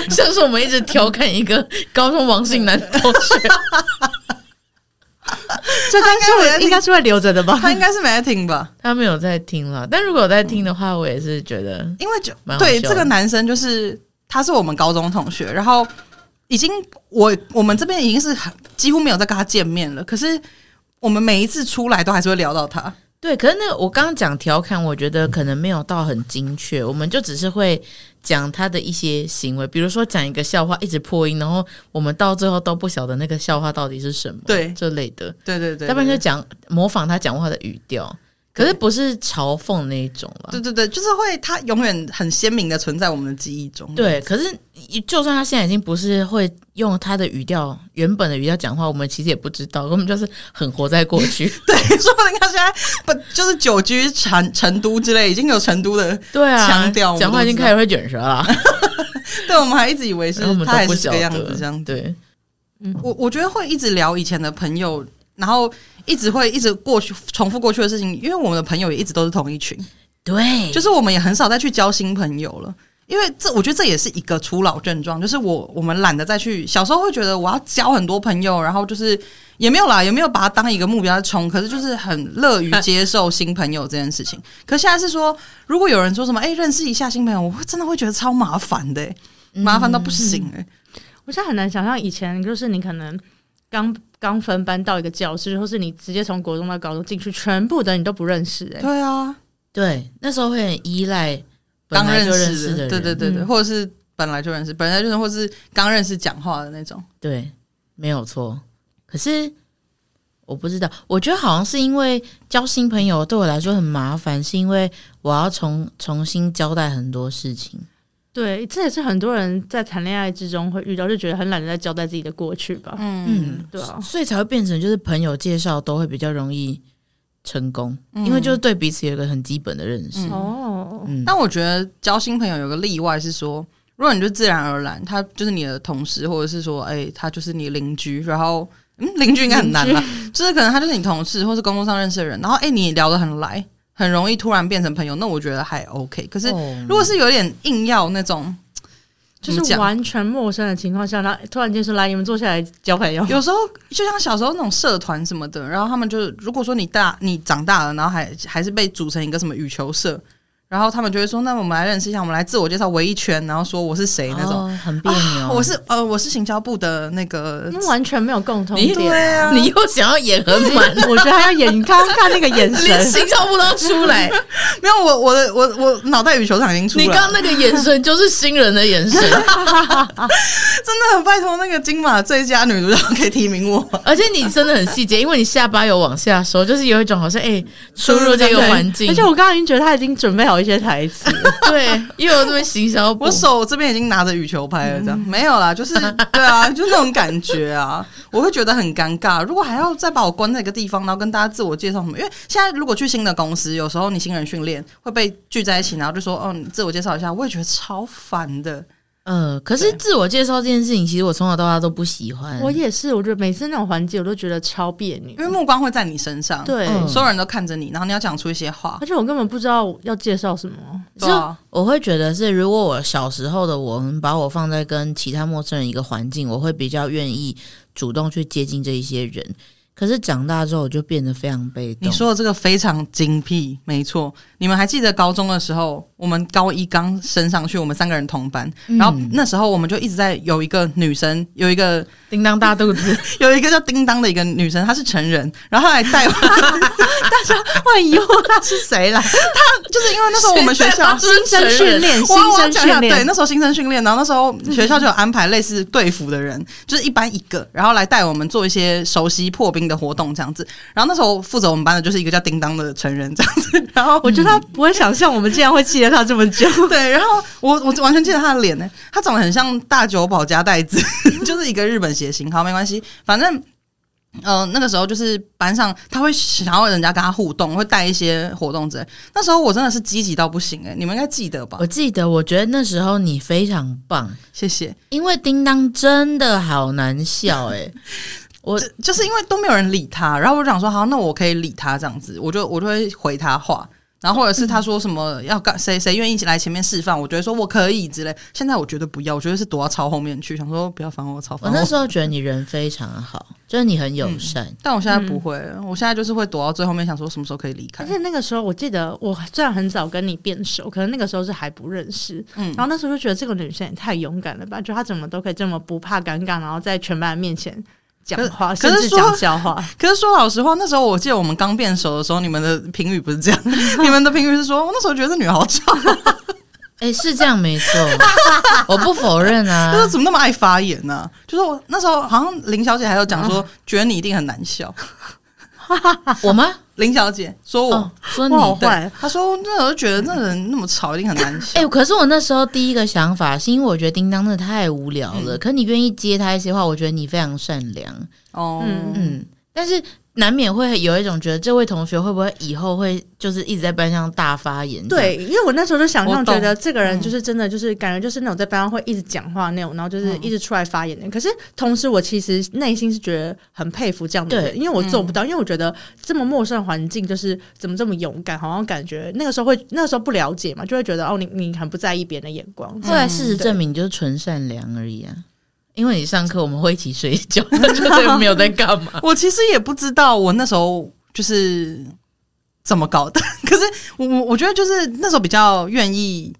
S2: 像是我们一直调侃一个高中王姓男同学，
S3: 这
S1: 他应
S3: 应
S1: 该有在
S3: 该是
S1: 听
S3: 应该是会留着的吧？
S1: 他应该是没在听吧？
S2: 他没有在听了。但如果有在听的话，我也是觉得
S1: 因为就
S2: 蛮好
S1: 对这
S2: 笑
S1: 个
S2: 的
S1: 男生，就是他是我们高中同学，然后已经我我们这边已经是很几乎没有再跟他见面了，可是我们每一次出来都还是会聊到他，
S2: 对。可是那个我刚刚讲调侃，我觉得可能没有到很精确，我们就只是会讲他的一些行为，比如说讲一个笑话，一直破音，然后我们到最后都不晓得那个笑话到底是什么，
S1: 对
S2: 这类的。
S1: 对对对，
S2: 要不然就
S1: 对
S2: 讲模仿他讲话的语调，可是
S1: 对
S2: 不是嘲讽那一种啦。
S1: 对对对，就是会他永远很鲜明的存在我们的记忆中，
S2: 对，可是就算他现在已经不是会用他的语调原本的语调讲话，我们其实也不知道，我们就是很活在过 去。
S1: 对，说不定他现在不就是久居成成都之类，已经有成都的，
S2: 对啊，
S1: 腔调我们
S2: 讲话已经
S1: 都知道
S2: 开始会卷舌了，
S1: 对，我们还一直以 为是
S2: 哎然后我们
S1: 他还
S2: 都不
S1: 是这
S2: 晓
S1: 个
S2: 得
S1: 样子这样子。
S2: 对，
S1: 我我觉得会一直聊以前的朋友，然后一直会一直过去重复过去的事情，因为我们的朋友也一直都是同一群，
S2: 对，
S1: 就是我们也很少再去交新朋友了。因为这，我觉得这也是一个初老症状，就是我我们懒得再去。小时候会觉得我要交很多朋友，然后就是也没有啦，也没有把它当一个目标在冲，可是就是很乐于接受新朋友这件事情。可现在是说，如果有人说什么“哎、认识一下新朋友”，我会真的会觉得超麻烦的、欸
S2: 嗯
S1: 麻烦到不行哎、
S3: 我现在很难想象以前就是你可能刚刚分班到一个教室，或是你直接从国中到高中进去，全部的人你都不认识、欸，
S1: 对啊，
S2: 对，那时候会很依赖本
S1: 刚
S2: 来就认
S1: 识
S2: 识的人，
S1: 对对对对，
S3: 嗯
S1: 或者是本来就认识，本来就认识，或是刚认识讲话的那种。
S2: 对，没有错。可是我不知道，我觉得好像是因为交新朋友对我来说很麻烦，是因为我要重重新交代很多事情。
S3: 对，这也是很多人在谈恋爱之中会遇到，就觉得很懒得在交代自己的过去吧。
S1: 嗯，
S3: 对啊，
S2: 所以才会变成就是朋友介绍都会比较容易成功，因为就是对彼此有一个很基本的认识。
S3: 哦，
S2: 嗯，
S1: 但我觉得交新朋友有个例外是说，如果你就自然而然，他就是你的同事，或者是说，哎、他就是你邻居，然后。嗯，邻居应该很难吧？就是可能他就是你同事，或是工作上认识的人，然后哎、你聊得很来，很容易突然变成朋友，那我觉得还 OK。可是
S2: 哦
S1: 如果是有点硬要那种，
S3: 就
S1: 怎么
S3: 是
S1: 讲
S3: 完全陌生的情况下，他突然间说：“来，你们坐下来交朋友。
S1: 有时候就像小时候那种社团什么的，然后他们就是，如果说你大你长大了，然后还还是被组成一个什么羽球社，然后他们就会说，那我们来认识一下，我们来自我介绍围一圈，然后说我是谁那种。
S2: 哦很别扭。
S1: 我是呃，我是行销部的那个”，
S3: 那完全没有共同
S2: 你
S3: 点。
S1: 啊
S2: 你又想要演 很满，
S3: 我觉得他要演，你刚刚看那个眼
S2: 连
S3: 神，
S2: 形象不都 出来。
S1: 没有我我的我我脑袋羽球场已经出来
S2: 你
S1: 了，
S2: 刚刚那个眼神就是新人的 眼神，
S1: 真的很拜托那个金马最佳女主角可以提名我，
S2: 而且你真的很细节，因为你下巴有往下收，就是有一种好像哎、出入这个
S3: 对
S2: 环境，
S3: 而且我刚刚已经觉得他已经准备好一些台词，
S2: 对，又有那么行销部
S1: 我手这边已经拿着羽球拍了，这样、没有啦，就是对啊，就那种感觉啊，我会觉得很尴尬。如果还要再把我关在一个地方，然后跟大家自我介绍什么，因为现在如果去新的公司，有时候你新人训练会被聚在一起，然后就说哦，你自我介绍一下，我也觉得超烦的。
S2: 呃，可是自我介绍这件事情，其实我从小到大都不喜欢。
S3: 我也是，我觉得每次那种环节我都觉得超别扭
S1: 因。为目光会在你身上，，
S3: 对，
S2: 嗯
S1: 所有人都看着你，然后你要讲出一些话
S3: 而，且我根本不知道要介绍什么。
S1: 对啊，
S2: 我会觉得是，如果我小时候的我们把我放在跟其他陌生人一个环境，我会比较愿意主动去接近这一些人。可是长大之后，我就变得非常被动。
S1: 你说的这个非常精辟，没错。你们还记得高中的时候，我们高一刚升上去，我们三个人同班，
S2: 嗯
S1: 然后那时候我们就一直在有一个女生，有一个
S2: 叮当大肚 子，。
S1: 有一个叫叮当的一个女生，她是成人，然后她还带我，
S3: 我很疑惑他
S1: 是谁啦？她就是因为那时候我们学校
S2: 新
S3: 新生训练，
S1: 我
S3: 新
S1: 我要
S3: 生
S1: 讲一下，
S3: 训
S1: 对，
S3: 练嗯
S1: 那时候新生训练，然后那时候学校就有安排类似队服的人，就是一班一个，然后来带我们做一些熟悉破冰的活动这样子。然后那时候负责我们班的就是一个叫叮当的成人这样子，然后
S3: 我觉得他不会想象我们竟然会记得他这么 久。
S1: 对，然后我我完全记得他的脸呢、他 长得很像大久保加代子，就是一个日本谐星。好，没关系，反正呃，那个时候就是班上他会想要人家跟他互动，会带一些活动之类。那时候我真的是积极到不行哎、你们应该记得吧
S2: 我？记得，我觉得那时候你非常棒，
S1: 谢谢。
S2: 因为叮当真的好难笑 哎、我
S1: 就就是因为都没有人理他，然后我就想说，好，那我可以理他这样子，我就我就会回他话，然后或者是他说什么要干谁谁愿意来前面示范，我觉得说我可以之类。现在我绝对不要，我觉得是躲到超后面去，想说不要烦我，超
S2: 我
S1: 烦
S2: 哦那
S1: 我。
S2: 时候觉得你人非常好，就是你很友善。
S1: 但我现
S3: 嗯
S1: 在不会了，我现在就是会躲到最后面，想说什么时候可以离开
S3: 而。且那个时候，我记得我虽然很早跟你变熟，可能那个时候是还不认识，
S1: 嗯
S3: 然后那时候就觉得这个女生也太勇敢了吧，就她怎么都可以这么不怕尴尬，然后在全班面前讲话，
S1: 可
S3: 甚
S1: 是
S3: 至讲笑话。
S1: 可是说老实话，那时候我记得我们刚变熟的时候，你们的评语不是这样， 你们的评语是说，我那时候觉得这女的好吵，
S3: 嗯
S2: 哎、是这样没错， 我不否认
S1: 就
S2: 啊
S1: 是。怎么那么爱发言呢、就是我那时候好像林小姐还有讲
S3: 嗯
S1: 说，觉得你一定很难笑。
S2: 我吗？
S1: 林小姐说我，嗯
S2: 哦，说你
S3: 我好
S1: 对
S3: 坏，
S1: 她说那时候觉得那人那么吵，一定很难笑
S2: 哎、。可是我那时候第一个想法是因为我觉得叮当真的太无聊了，可你愿意接他一些话，我觉得你非常善良，
S1: 哦，
S3: 嗯
S2: 嗯，但是难免会有一种觉得这位同学会不会以后会就是一直在班上大发言？
S3: 对，因为我那时候就想
S1: 我
S3: 象
S1: 懂
S3: 觉得这个人
S1: 嗯
S3: 就是真的，就是感觉就是那种在班上会一直讲话那种，然后就是一直出来发言的。可是同时，我其实内心是觉得很佩服这样的人，
S2: 对
S3: 因为我做不到，因为我觉得这么陌生的环境，就是怎么这么勇敢，好像感觉那个时候会那个时候不了解嘛，就会觉得哦，你你很不在意别人的眼光。
S2: 后来事实证明，你就是纯善良而已啊。因为你上课我们会一起睡觉，就是没有在干嘛。
S1: 我其实也不知道我那时候就是怎么搞的， 可是我我我觉得就是那时候比较愿意，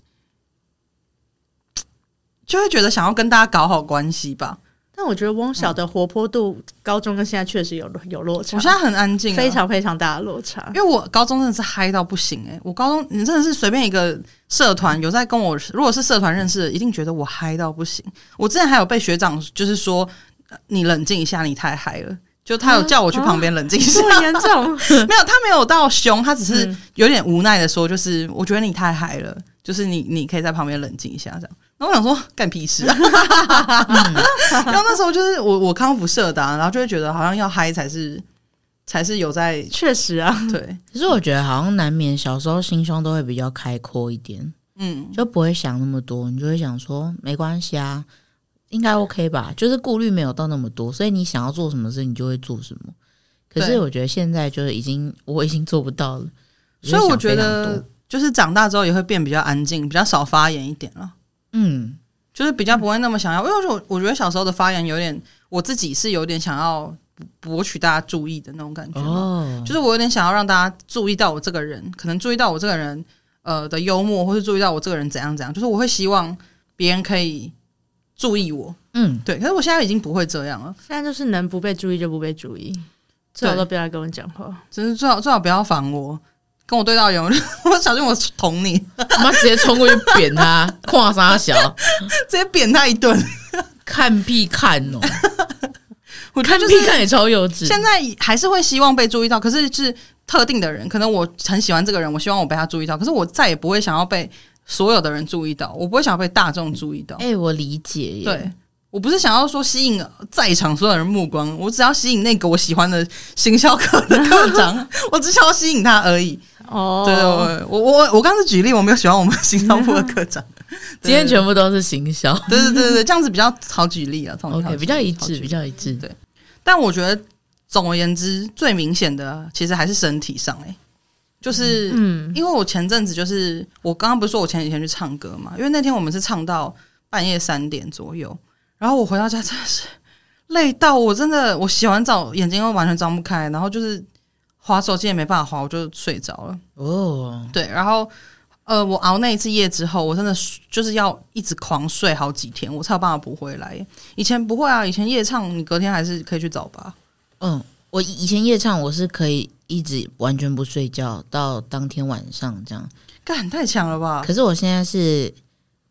S1: 就会觉得想要跟大家搞好关系吧。
S3: 但我觉得翁晓的活泼度，高中跟现在确实有有落差，
S1: 我现在很安静啊、
S3: 非常非常大的落差
S1: 因。为我高中真的是嗨到不行哎、我高中你真的是随便一个社团有在跟我，如果是社团认识的，一定觉得我嗨到不行。我之前还有被学长就是说呃你冷静一下，你太嗨了，就他有
S3: 啊
S1: 叫我去旁边冷静一下，
S3: 这么严重，
S1: 没有他没有到凶，他只是
S3: 嗯
S1: 有点无奈的说，就是我觉得你太嗨了，就是你你可以在旁边冷静一下这样。然后我想说干屁事 啊！然后那时候就是我我康复社的、啊，然后就会觉得好像要嗨才是才是有在
S3: 确实啊，
S1: 对
S2: 其实我觉得好像难免小时候心胸都会比较开阔一点，
S1: 嗯
S2: 就不会想那么多，你就会想说没关系啊，应该 OK 吧，就是顾虑没有到那么多，所以你想要做什么事你就会做什么。可
S1: 对
S2: 是我觉得现在就是已经我已经做不到了，
S1: 所以我
S2: 就
S1: 觉
S2: 会想非常
S1: 得
S2: 多，
S1: 就是长大之后也会变比较安静，比较少发言一点了，
S2: 嗯，
S1: 就是比较不会那么想要，因为我我觉得小时候的发言有点，我自己是有点想要博取大家注意的那种感觉嘛，
S2: 哦，
S1: 就是我有点想要让大家注意到我这个人，可能注意到我这个人呃的幽默，或是注意到我这个人怎样怎样，就是我会希望别人可以注意我，
S2: 嗯，
S1: 对，可是我现在已经不会这样了，
S3: 现在就是能不被注意就不被注意，最好都不要来跟我讲话。
S1: 只是最好最好不要烦我。跟我对到眼，我就 我小心我捅你，
S2: 我嗯妈直接冲过去扁他，跨沙小，
S1: 直接扁他一顿。
S2: 看屁看哦，
S1: 我觉得
S2: 看
S1: 就是
S2: 屁看也超幼稚，
S1: 现在还是会希望被注意到，可是是特定的人，可能我很喜欢这个人，我希望我被他注意到，可是我再也不会想要被所有的人注意到，我不会想要被大众注意到。
S2: 哎、我理解耶，
S1: 对我不是想要说吸引在场所有人目光，我只要吸引那个我喜欢的行销课的课 长，我只想要吸引他而已。
S3: 哦
S1: 对对，对我我我我刚才举例，我没有喜欢我们行销部的课长。
S2: 今天全部都是行销
S1: 对对对对对，这样子比较好举例啊，这样子好
S2: ，OK，
S1: 举
S2: 比较一
S1: 好举
S2: 致，
S1: 例
S2: 比较一致。
S1: 对但我觉得总而言之，最明显的其实还是身体上、欸，就是、
S3: 嗯，
S1: 因为我前阵子就是我刚刚不是说我前几天去唱歌嘛，因为那天我们是唱到半夜三点左右，然后我回到家真的是累到我真的，我洗完澡眼睛又完全张不开，然后就是滑手机也没办法滑，我就睡着了。
S2: 哦，
S1: 对，然后呃，我熬那一次夜之后，我真的是就是要一直狂睡好几天，我才有办法补回来。以前不会啊，以前夜唱你隔天还是可以去早八。
S2: 嗯，我以前夜唱我是可以一直完全不睡觉到当天晚上这样，
S1: 干太强了吧！
S2: 可是我现在是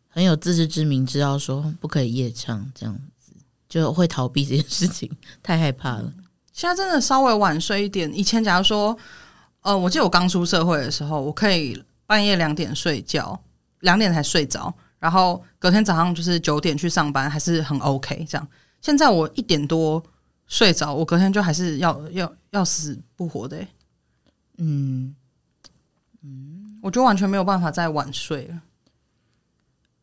S2: 很有自知之明，知道说不可以夜唱这样子，就会逃避这件事情，太害怕了。
S1: 现在真的稍微晚睡一点。以前假如说，呃，我记得我刚出社会的时候，我可以半夜两点睡觉，两点才睡着，然后隔天早上就是九点去上班，还是很 OK 这样。现在我一点多睡着，我隔天就还是要要要死不活的欸、
S2: 嗯
S3: 嗯
S1: 我就完全没有办法再晚睡了。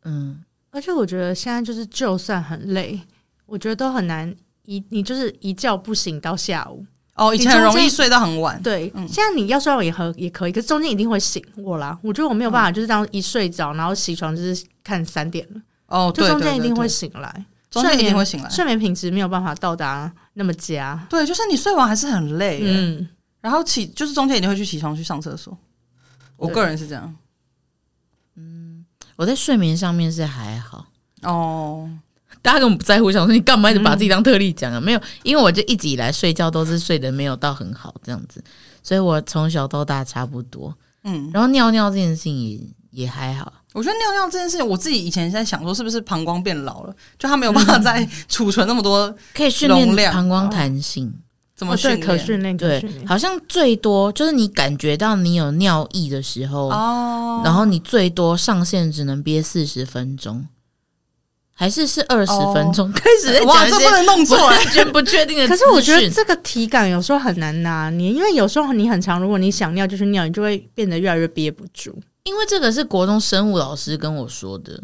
S2: 嗯，
S3: 而且我觉得现在就是，就算很累，我觉得都很难一你就是一觉不醒到下午。
S1: 哦，以前
S3: 你
S1: 很
S3: 中
S1: 容易
S3: 间
S1: 睡到很晚，
S3: 对，
S1: 嗯
S3: 现在你要睡到也很也可以，可是中间一定会醒我啦。我觉得我没有办法，就是这样一睡着，然后起床就是看三点了，
S1: 哦，
S3: 就
S1: 对，
S3: 中
S1: 对
S3: 间一定，会
S1: 对对
S3: 醒来，
S1: 中间一定会醒来。
S3: 睡眠品质没有办法到达那么佳。
S1: 对，就是你睡完还是很累欸、
S3: 嗯，
S1: 然后起就是中间一定会去起床去上厕所。我
S2: 对
S1: 个人是这样。
S2: 我在睡眠上面是还好。
S1: 哦，
S2: 大家根本不在乎，想说你干嘛一直把
S1: 嗯
S2: 自己当特例讲啊？没有，因为我就一直以来睡觉都是睡得没有到很好这样子，所以我从小到大差不多。
S1: 嗯，
S2: 然后尿尿这件事情也也还好，
S1: 我觉得尿尿这件事情，我自己以前在想说，是不是膀胱变老了，就它没有办法再储存那么多，
S2: 可以训
S1: 容
S2: 练
S1: 量哦
S2: 膀胱弹性。
S1: 怎
S3: 哦
S1: 么
S3: 对，
S1: 训
S3: 可
S1: 练？
S3: 训练，可
S2: 对
S3: 训，练。
S2: 好像最多就是你感觉到你有尿意的时候，
S1: 哦，
S2: 然后你最多上限只能憋四十分钟，还是是二十
S1: 哦
S2: 分钟？ 开始在
S1: 哇，
S2: 讲一
S1: 这
S2: 些
S1: 不能弄错 欸。
S2: 完全不确定 的
S3: 可
S2: 资讯。
S3: 是我觉得这个体感有时候很难拿捏，因为有时候你很长，如果你想尿就去尿，你就会变得越来越憋不住。
S2: 因为这个是国中生物老师跟我说的，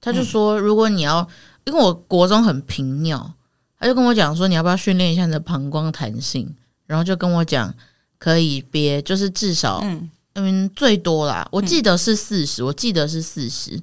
S2: 他
S1: 嗯
S2: 就说如果你要，因为我国中很频尿，他就跟我讲说你要不要训练一下你的膀胱弹性，然后就跟我讲可以憋，就是至少
S1: 嗯，
S2: 嗯最多啦，我记得是四十、我记得是四十。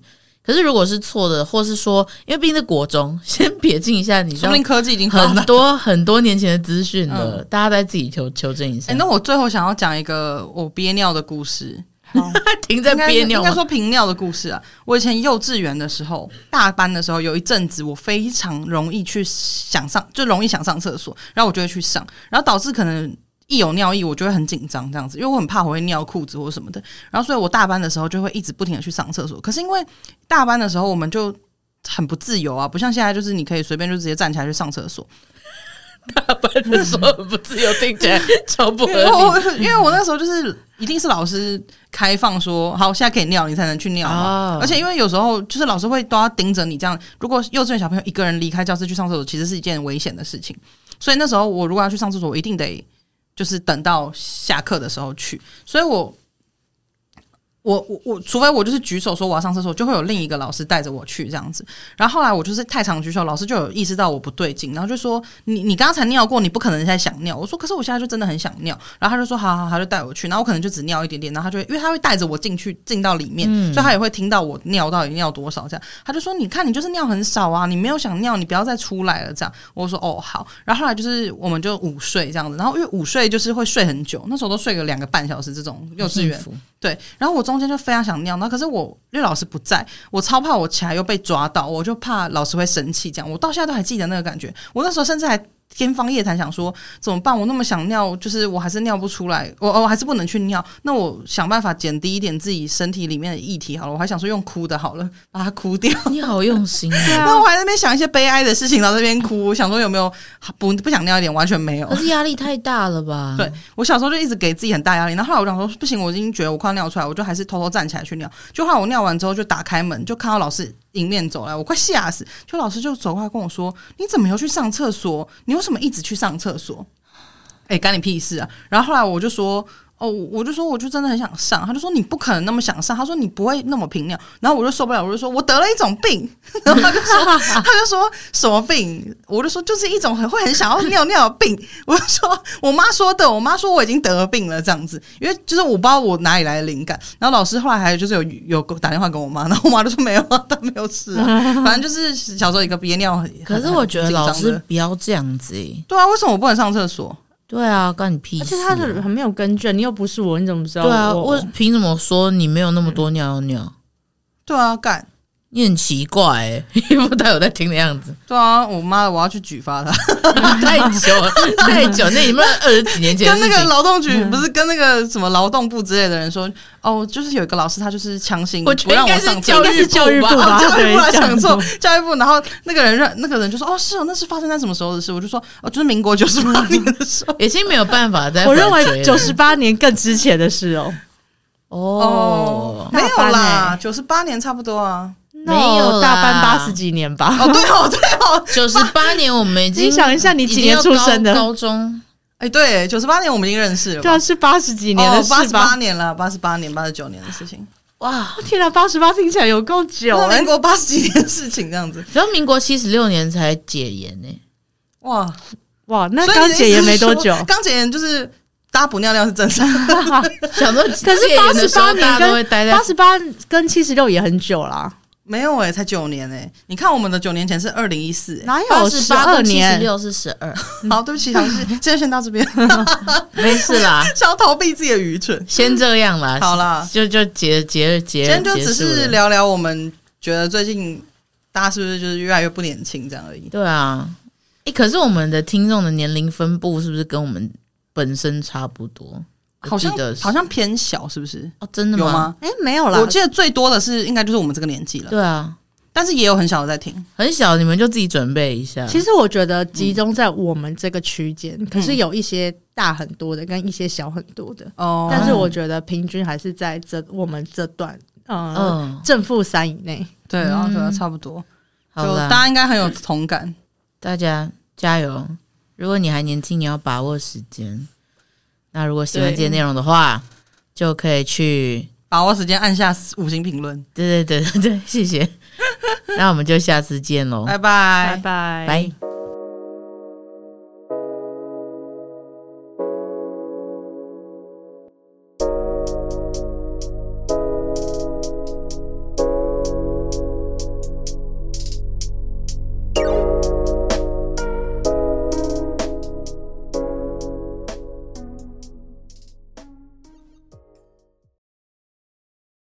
S2: 可是如果是错的，或是说，因为毕竟是国中， 先撇清一下，你知
S1: 说
S2: 道
S1: 不定科技已经很
S2: 很多很多年前的资讯了，大家再自己求求证一下。
S1: 哎、那我最后想要讲一个我憋尿的故事，
S3: 好，
S2: 停在
S1: 应该
S2: 憋尿
S1: 应该
S2: 吗？
S1: 说频尿的故事啊。我以前幼稚园的时候，大班的时候，有一阵子我非常容易去想上，就容易想上厕所，然后我就会去上，然后导致可能。一有尿意，我就会很紧张，这样子，因为我很怕我会尿裤子或什么的。然后，所以我大班的时候就会一直不停的去上厕所。可是因为大班的时候我们就很不自由啊，不像现在就是你可以随便就直接站起来去上厕所。
S2: 大班的时候很不自由，听起来 超不合
S1: 因为我
S2: 理。
S1: 我 因为我那时候就是一定是老师开放说，好，现在可以尿，你才能去尿嘛。
S2: 哦
S1: 而且因为有时候就是老师会都要盯着你这样，如果幼稚园小朋友一个人离开教室去上厕所，其实是一件危险的事情。所以那时候我如果要去上厕所，我一定得就是等到下课的时候去。所以我。我我我，除非我就是举手说我要上厕所，就会有另一个老师带着我去这样子。然后后来我就是太常举手，老师就有意识到我不对劲，然后就说你你刚才尿过，你不可能现在想尿。我说可是我现在就真的很想尿，然后他就说好好，好他就带我去，然后我可能就只尿一点点，然后他就会因为他会带着我进去进到里面，所以他也会听到我尿到底尿多少这样，他就说你看你就是尿很少啊，你没有想尿，你不要再出来了这样。我说哦好，然后后来就是我们就午睡这样子，然后因为午睡就是会睡很久，那时候都睡个两个半小时这种幼稚园
S2: 幸福
S1: 对，然后我中间就非常想尿，那可是我因为老师不在，我超怕我起来又被抓到，我就怕老师会生气，这样我到现在都还记得那个感觉。我那时候甚至还天方夜谭，想说怎么办？我那么想尿，就是我还是尿不出来，我哦我还是不能去尿。那我想办法减低一点自己身体里面的液体好了，我还想说用哭的好了，把它哭掉。
S2: 你好用心
S3: 对
S2: 啊！
S1: 那
S3: 啊
S1: 我，还在那边想一些悲哀的事情，然后在那边哭，我想说有没有不不想尿一点，完全没有
S2: 可。是压力太大了吧？
S1: 对，我小时候就一直给自己很大压力，然后后来我想说不行，我已经觉得我快要尿出来，我就还是偷偷站起来去尿。就后来我尿完之后就打开门，就看到老师迎面走来，我快吓死！就老师就走过来跟我说：“你怎么又去上厕所？你为什么一直去上厕所？”哎、干你屁事啊！然后后来我就说。哦，我就说，我就真的很想上，他就说你不可能那么想上，他说你不会那么频尿，然后我就受不了，我就说我得了一种病， 然后他就说他就说什么病，我就说就是一种很会很想要尿尿的病，我就说我妈说的，我妈说我已经得了病了这样子，因为就是我不知道我哪里来的灵感。然后老师后来还有就是有有打电话给我妈，然后我妈就说没有啊，她没有事 啊，反正就是小时候一个憋尿很。
S2: 可是我觉得
S1: 很紧张
S2: 老师
S1: 的
S2: 不要这样子诶。
S1: 对啊，为什么我不能上厕所？
S2: 对啊，关你屁
S3: 而
S2: 事
S3: 且
S2: 啊！
S3: 他的很没有根据，你又不是我，你怎么知道？
S2: 对啊，
S3: 我
S2: 我凭什么说你没有那么多尿尿？
S1: 对啊，干
S2: 你很奇怪欸 诶，一副他有在听的样子，
S1: 对啊，我妈我要去举发她，
S2: 太久了太久，那你们二十几年前的
S1: 跟
S2: 事
S1: 那
S2: 情
S1: 个劳动局不是跟那个什么劳动部之类的人说，哦，就是有一个老师他就是强行
S2: 我觉
S1: 不
S2: 得
S1: 让
S2: 应该
S1: 我
S2: 是
S1: 上厕
S2: 教
S1: 所
S2: 育
S3: 应该是教育部
S2: 部
S3: 吧
S1: 哦，教育部来
S3: 对
S1: 讲错
S3: 教
S1: 教
S3: 育，
S1: 育部。然后那个人让那个人就说：“哦，是哦，那是发生在什么时候的事？”我就说：“哦，就是民国九十八年的时候。
S2: 已经没有办法再
S3: 我
S2: 回
S3: 认
S2: 追
S3: 为
S2: 了
S3: 九十八年更之前的事哦。
S2: 哦
S1: 没有
S3: 大班
S1: 哦啦
S3: 欸，
S1: 九十八年差不多啊。
S3: no,
S2: 没有啦
S3: 大班八十几年吧。
S1: 哦，对哦，对哦，
S2: 九十八年我们已经
S3: 你想一下，你
S2: 已
S3: 几
S2: 经
S3: 年
S2: 要
S3: 出
S2: 高
S3: 生的？
S2: 高 中
S1: 哎，对，九十八年我们已经认识了
S3: 对
S1: 吧，
S3: 啊，是八十几年的
S1: 哦八
S3: 事
S1: 十八
S3: 吧？
S1: 年了，八十八年、八十九年的事情，
S2: 哇！
S3: 天哪，八十八听起来有够久
S1: 那
S3: 哎、
S1: 民国八十几年的事情这样子，
S2: 然后民国七十六年才解严欸呢、
S1: 哇！
S3: 哇，那
S1: 所以
S3: 刚
S1: 你的意
S3: 解
S1: 思
S3: 严
S1: 是
S3: 没多
S1: 说
S3: 久，
S1: 刚解严就是大补尿尿是正常的，
S2: 想说哎
S3: 可是
S2: 戒严的时候
S3: 88年
S2: 大家
S3: 跟
S2: 都会待在
S3: 八十八跟七十六也很久啦，
S1: 没有哎、才九年哎、你看我们的九年前是二零一四哎，
S3: 哪
S2: 八
S3: 有
S2: 十
S3: 十
S2: 八
S3: 二
S2: 到七十
S3: 年？
S2: 六是十二，
S1: 好，对不起， 唐是现在先到这边，
S2: 没事啦，
S1: 想要逃避自己的愚蠢。
S2: 先这样啦。
S1: 好啦，
S2: 就就结结结，
S1: 今天就只
S2: 结束
S1: 是
S2: 了
S1: 聊聊我们觉得最近大家是不是就是越来越不年轻这样而已。
S2: 对啊。诶，可是我们的听众的年龄分布是不是跟我们本身差不多？我
S1: 好像
S2: 记得是
S1: 好像偏小，是不是？
S2: 哦，真的
S1: 有
S2: 吗？
S1: 吗？
S3: 哎、没有啦
S1: 我，记得最多的是应该就是我们这个年纪了，
S2: 对啊，
S1: 但是也有很小的在听。
S2: 很小，你们就自己准备一下。
S3: 其实我觉得集中在我们这个区间，可是有一些大很多的，跟一些小很多的，
S1: 哦
S3: 但是我觉得平均还是在这我们这段，嗯、呃，
S2: 嗯，
S3: 正负三以内。
S1: 对，然后
S2: 嗯
S1: 对啊，差不多，
S2: 好
S1: 就
S2: 啦，
S1: 大家应该很有同感。
S2: 大家加油！如果你还年轻，你要把握时间。那如果喜欢
S1: 对
S2: 今天内容的话，就可以去。
S1: 把握时间，按下五星评论，
S2: 对对对对对，谢谢。那我们就下次见喽，
S1: 拜拜
S3: 拜。拜
S2: 拜。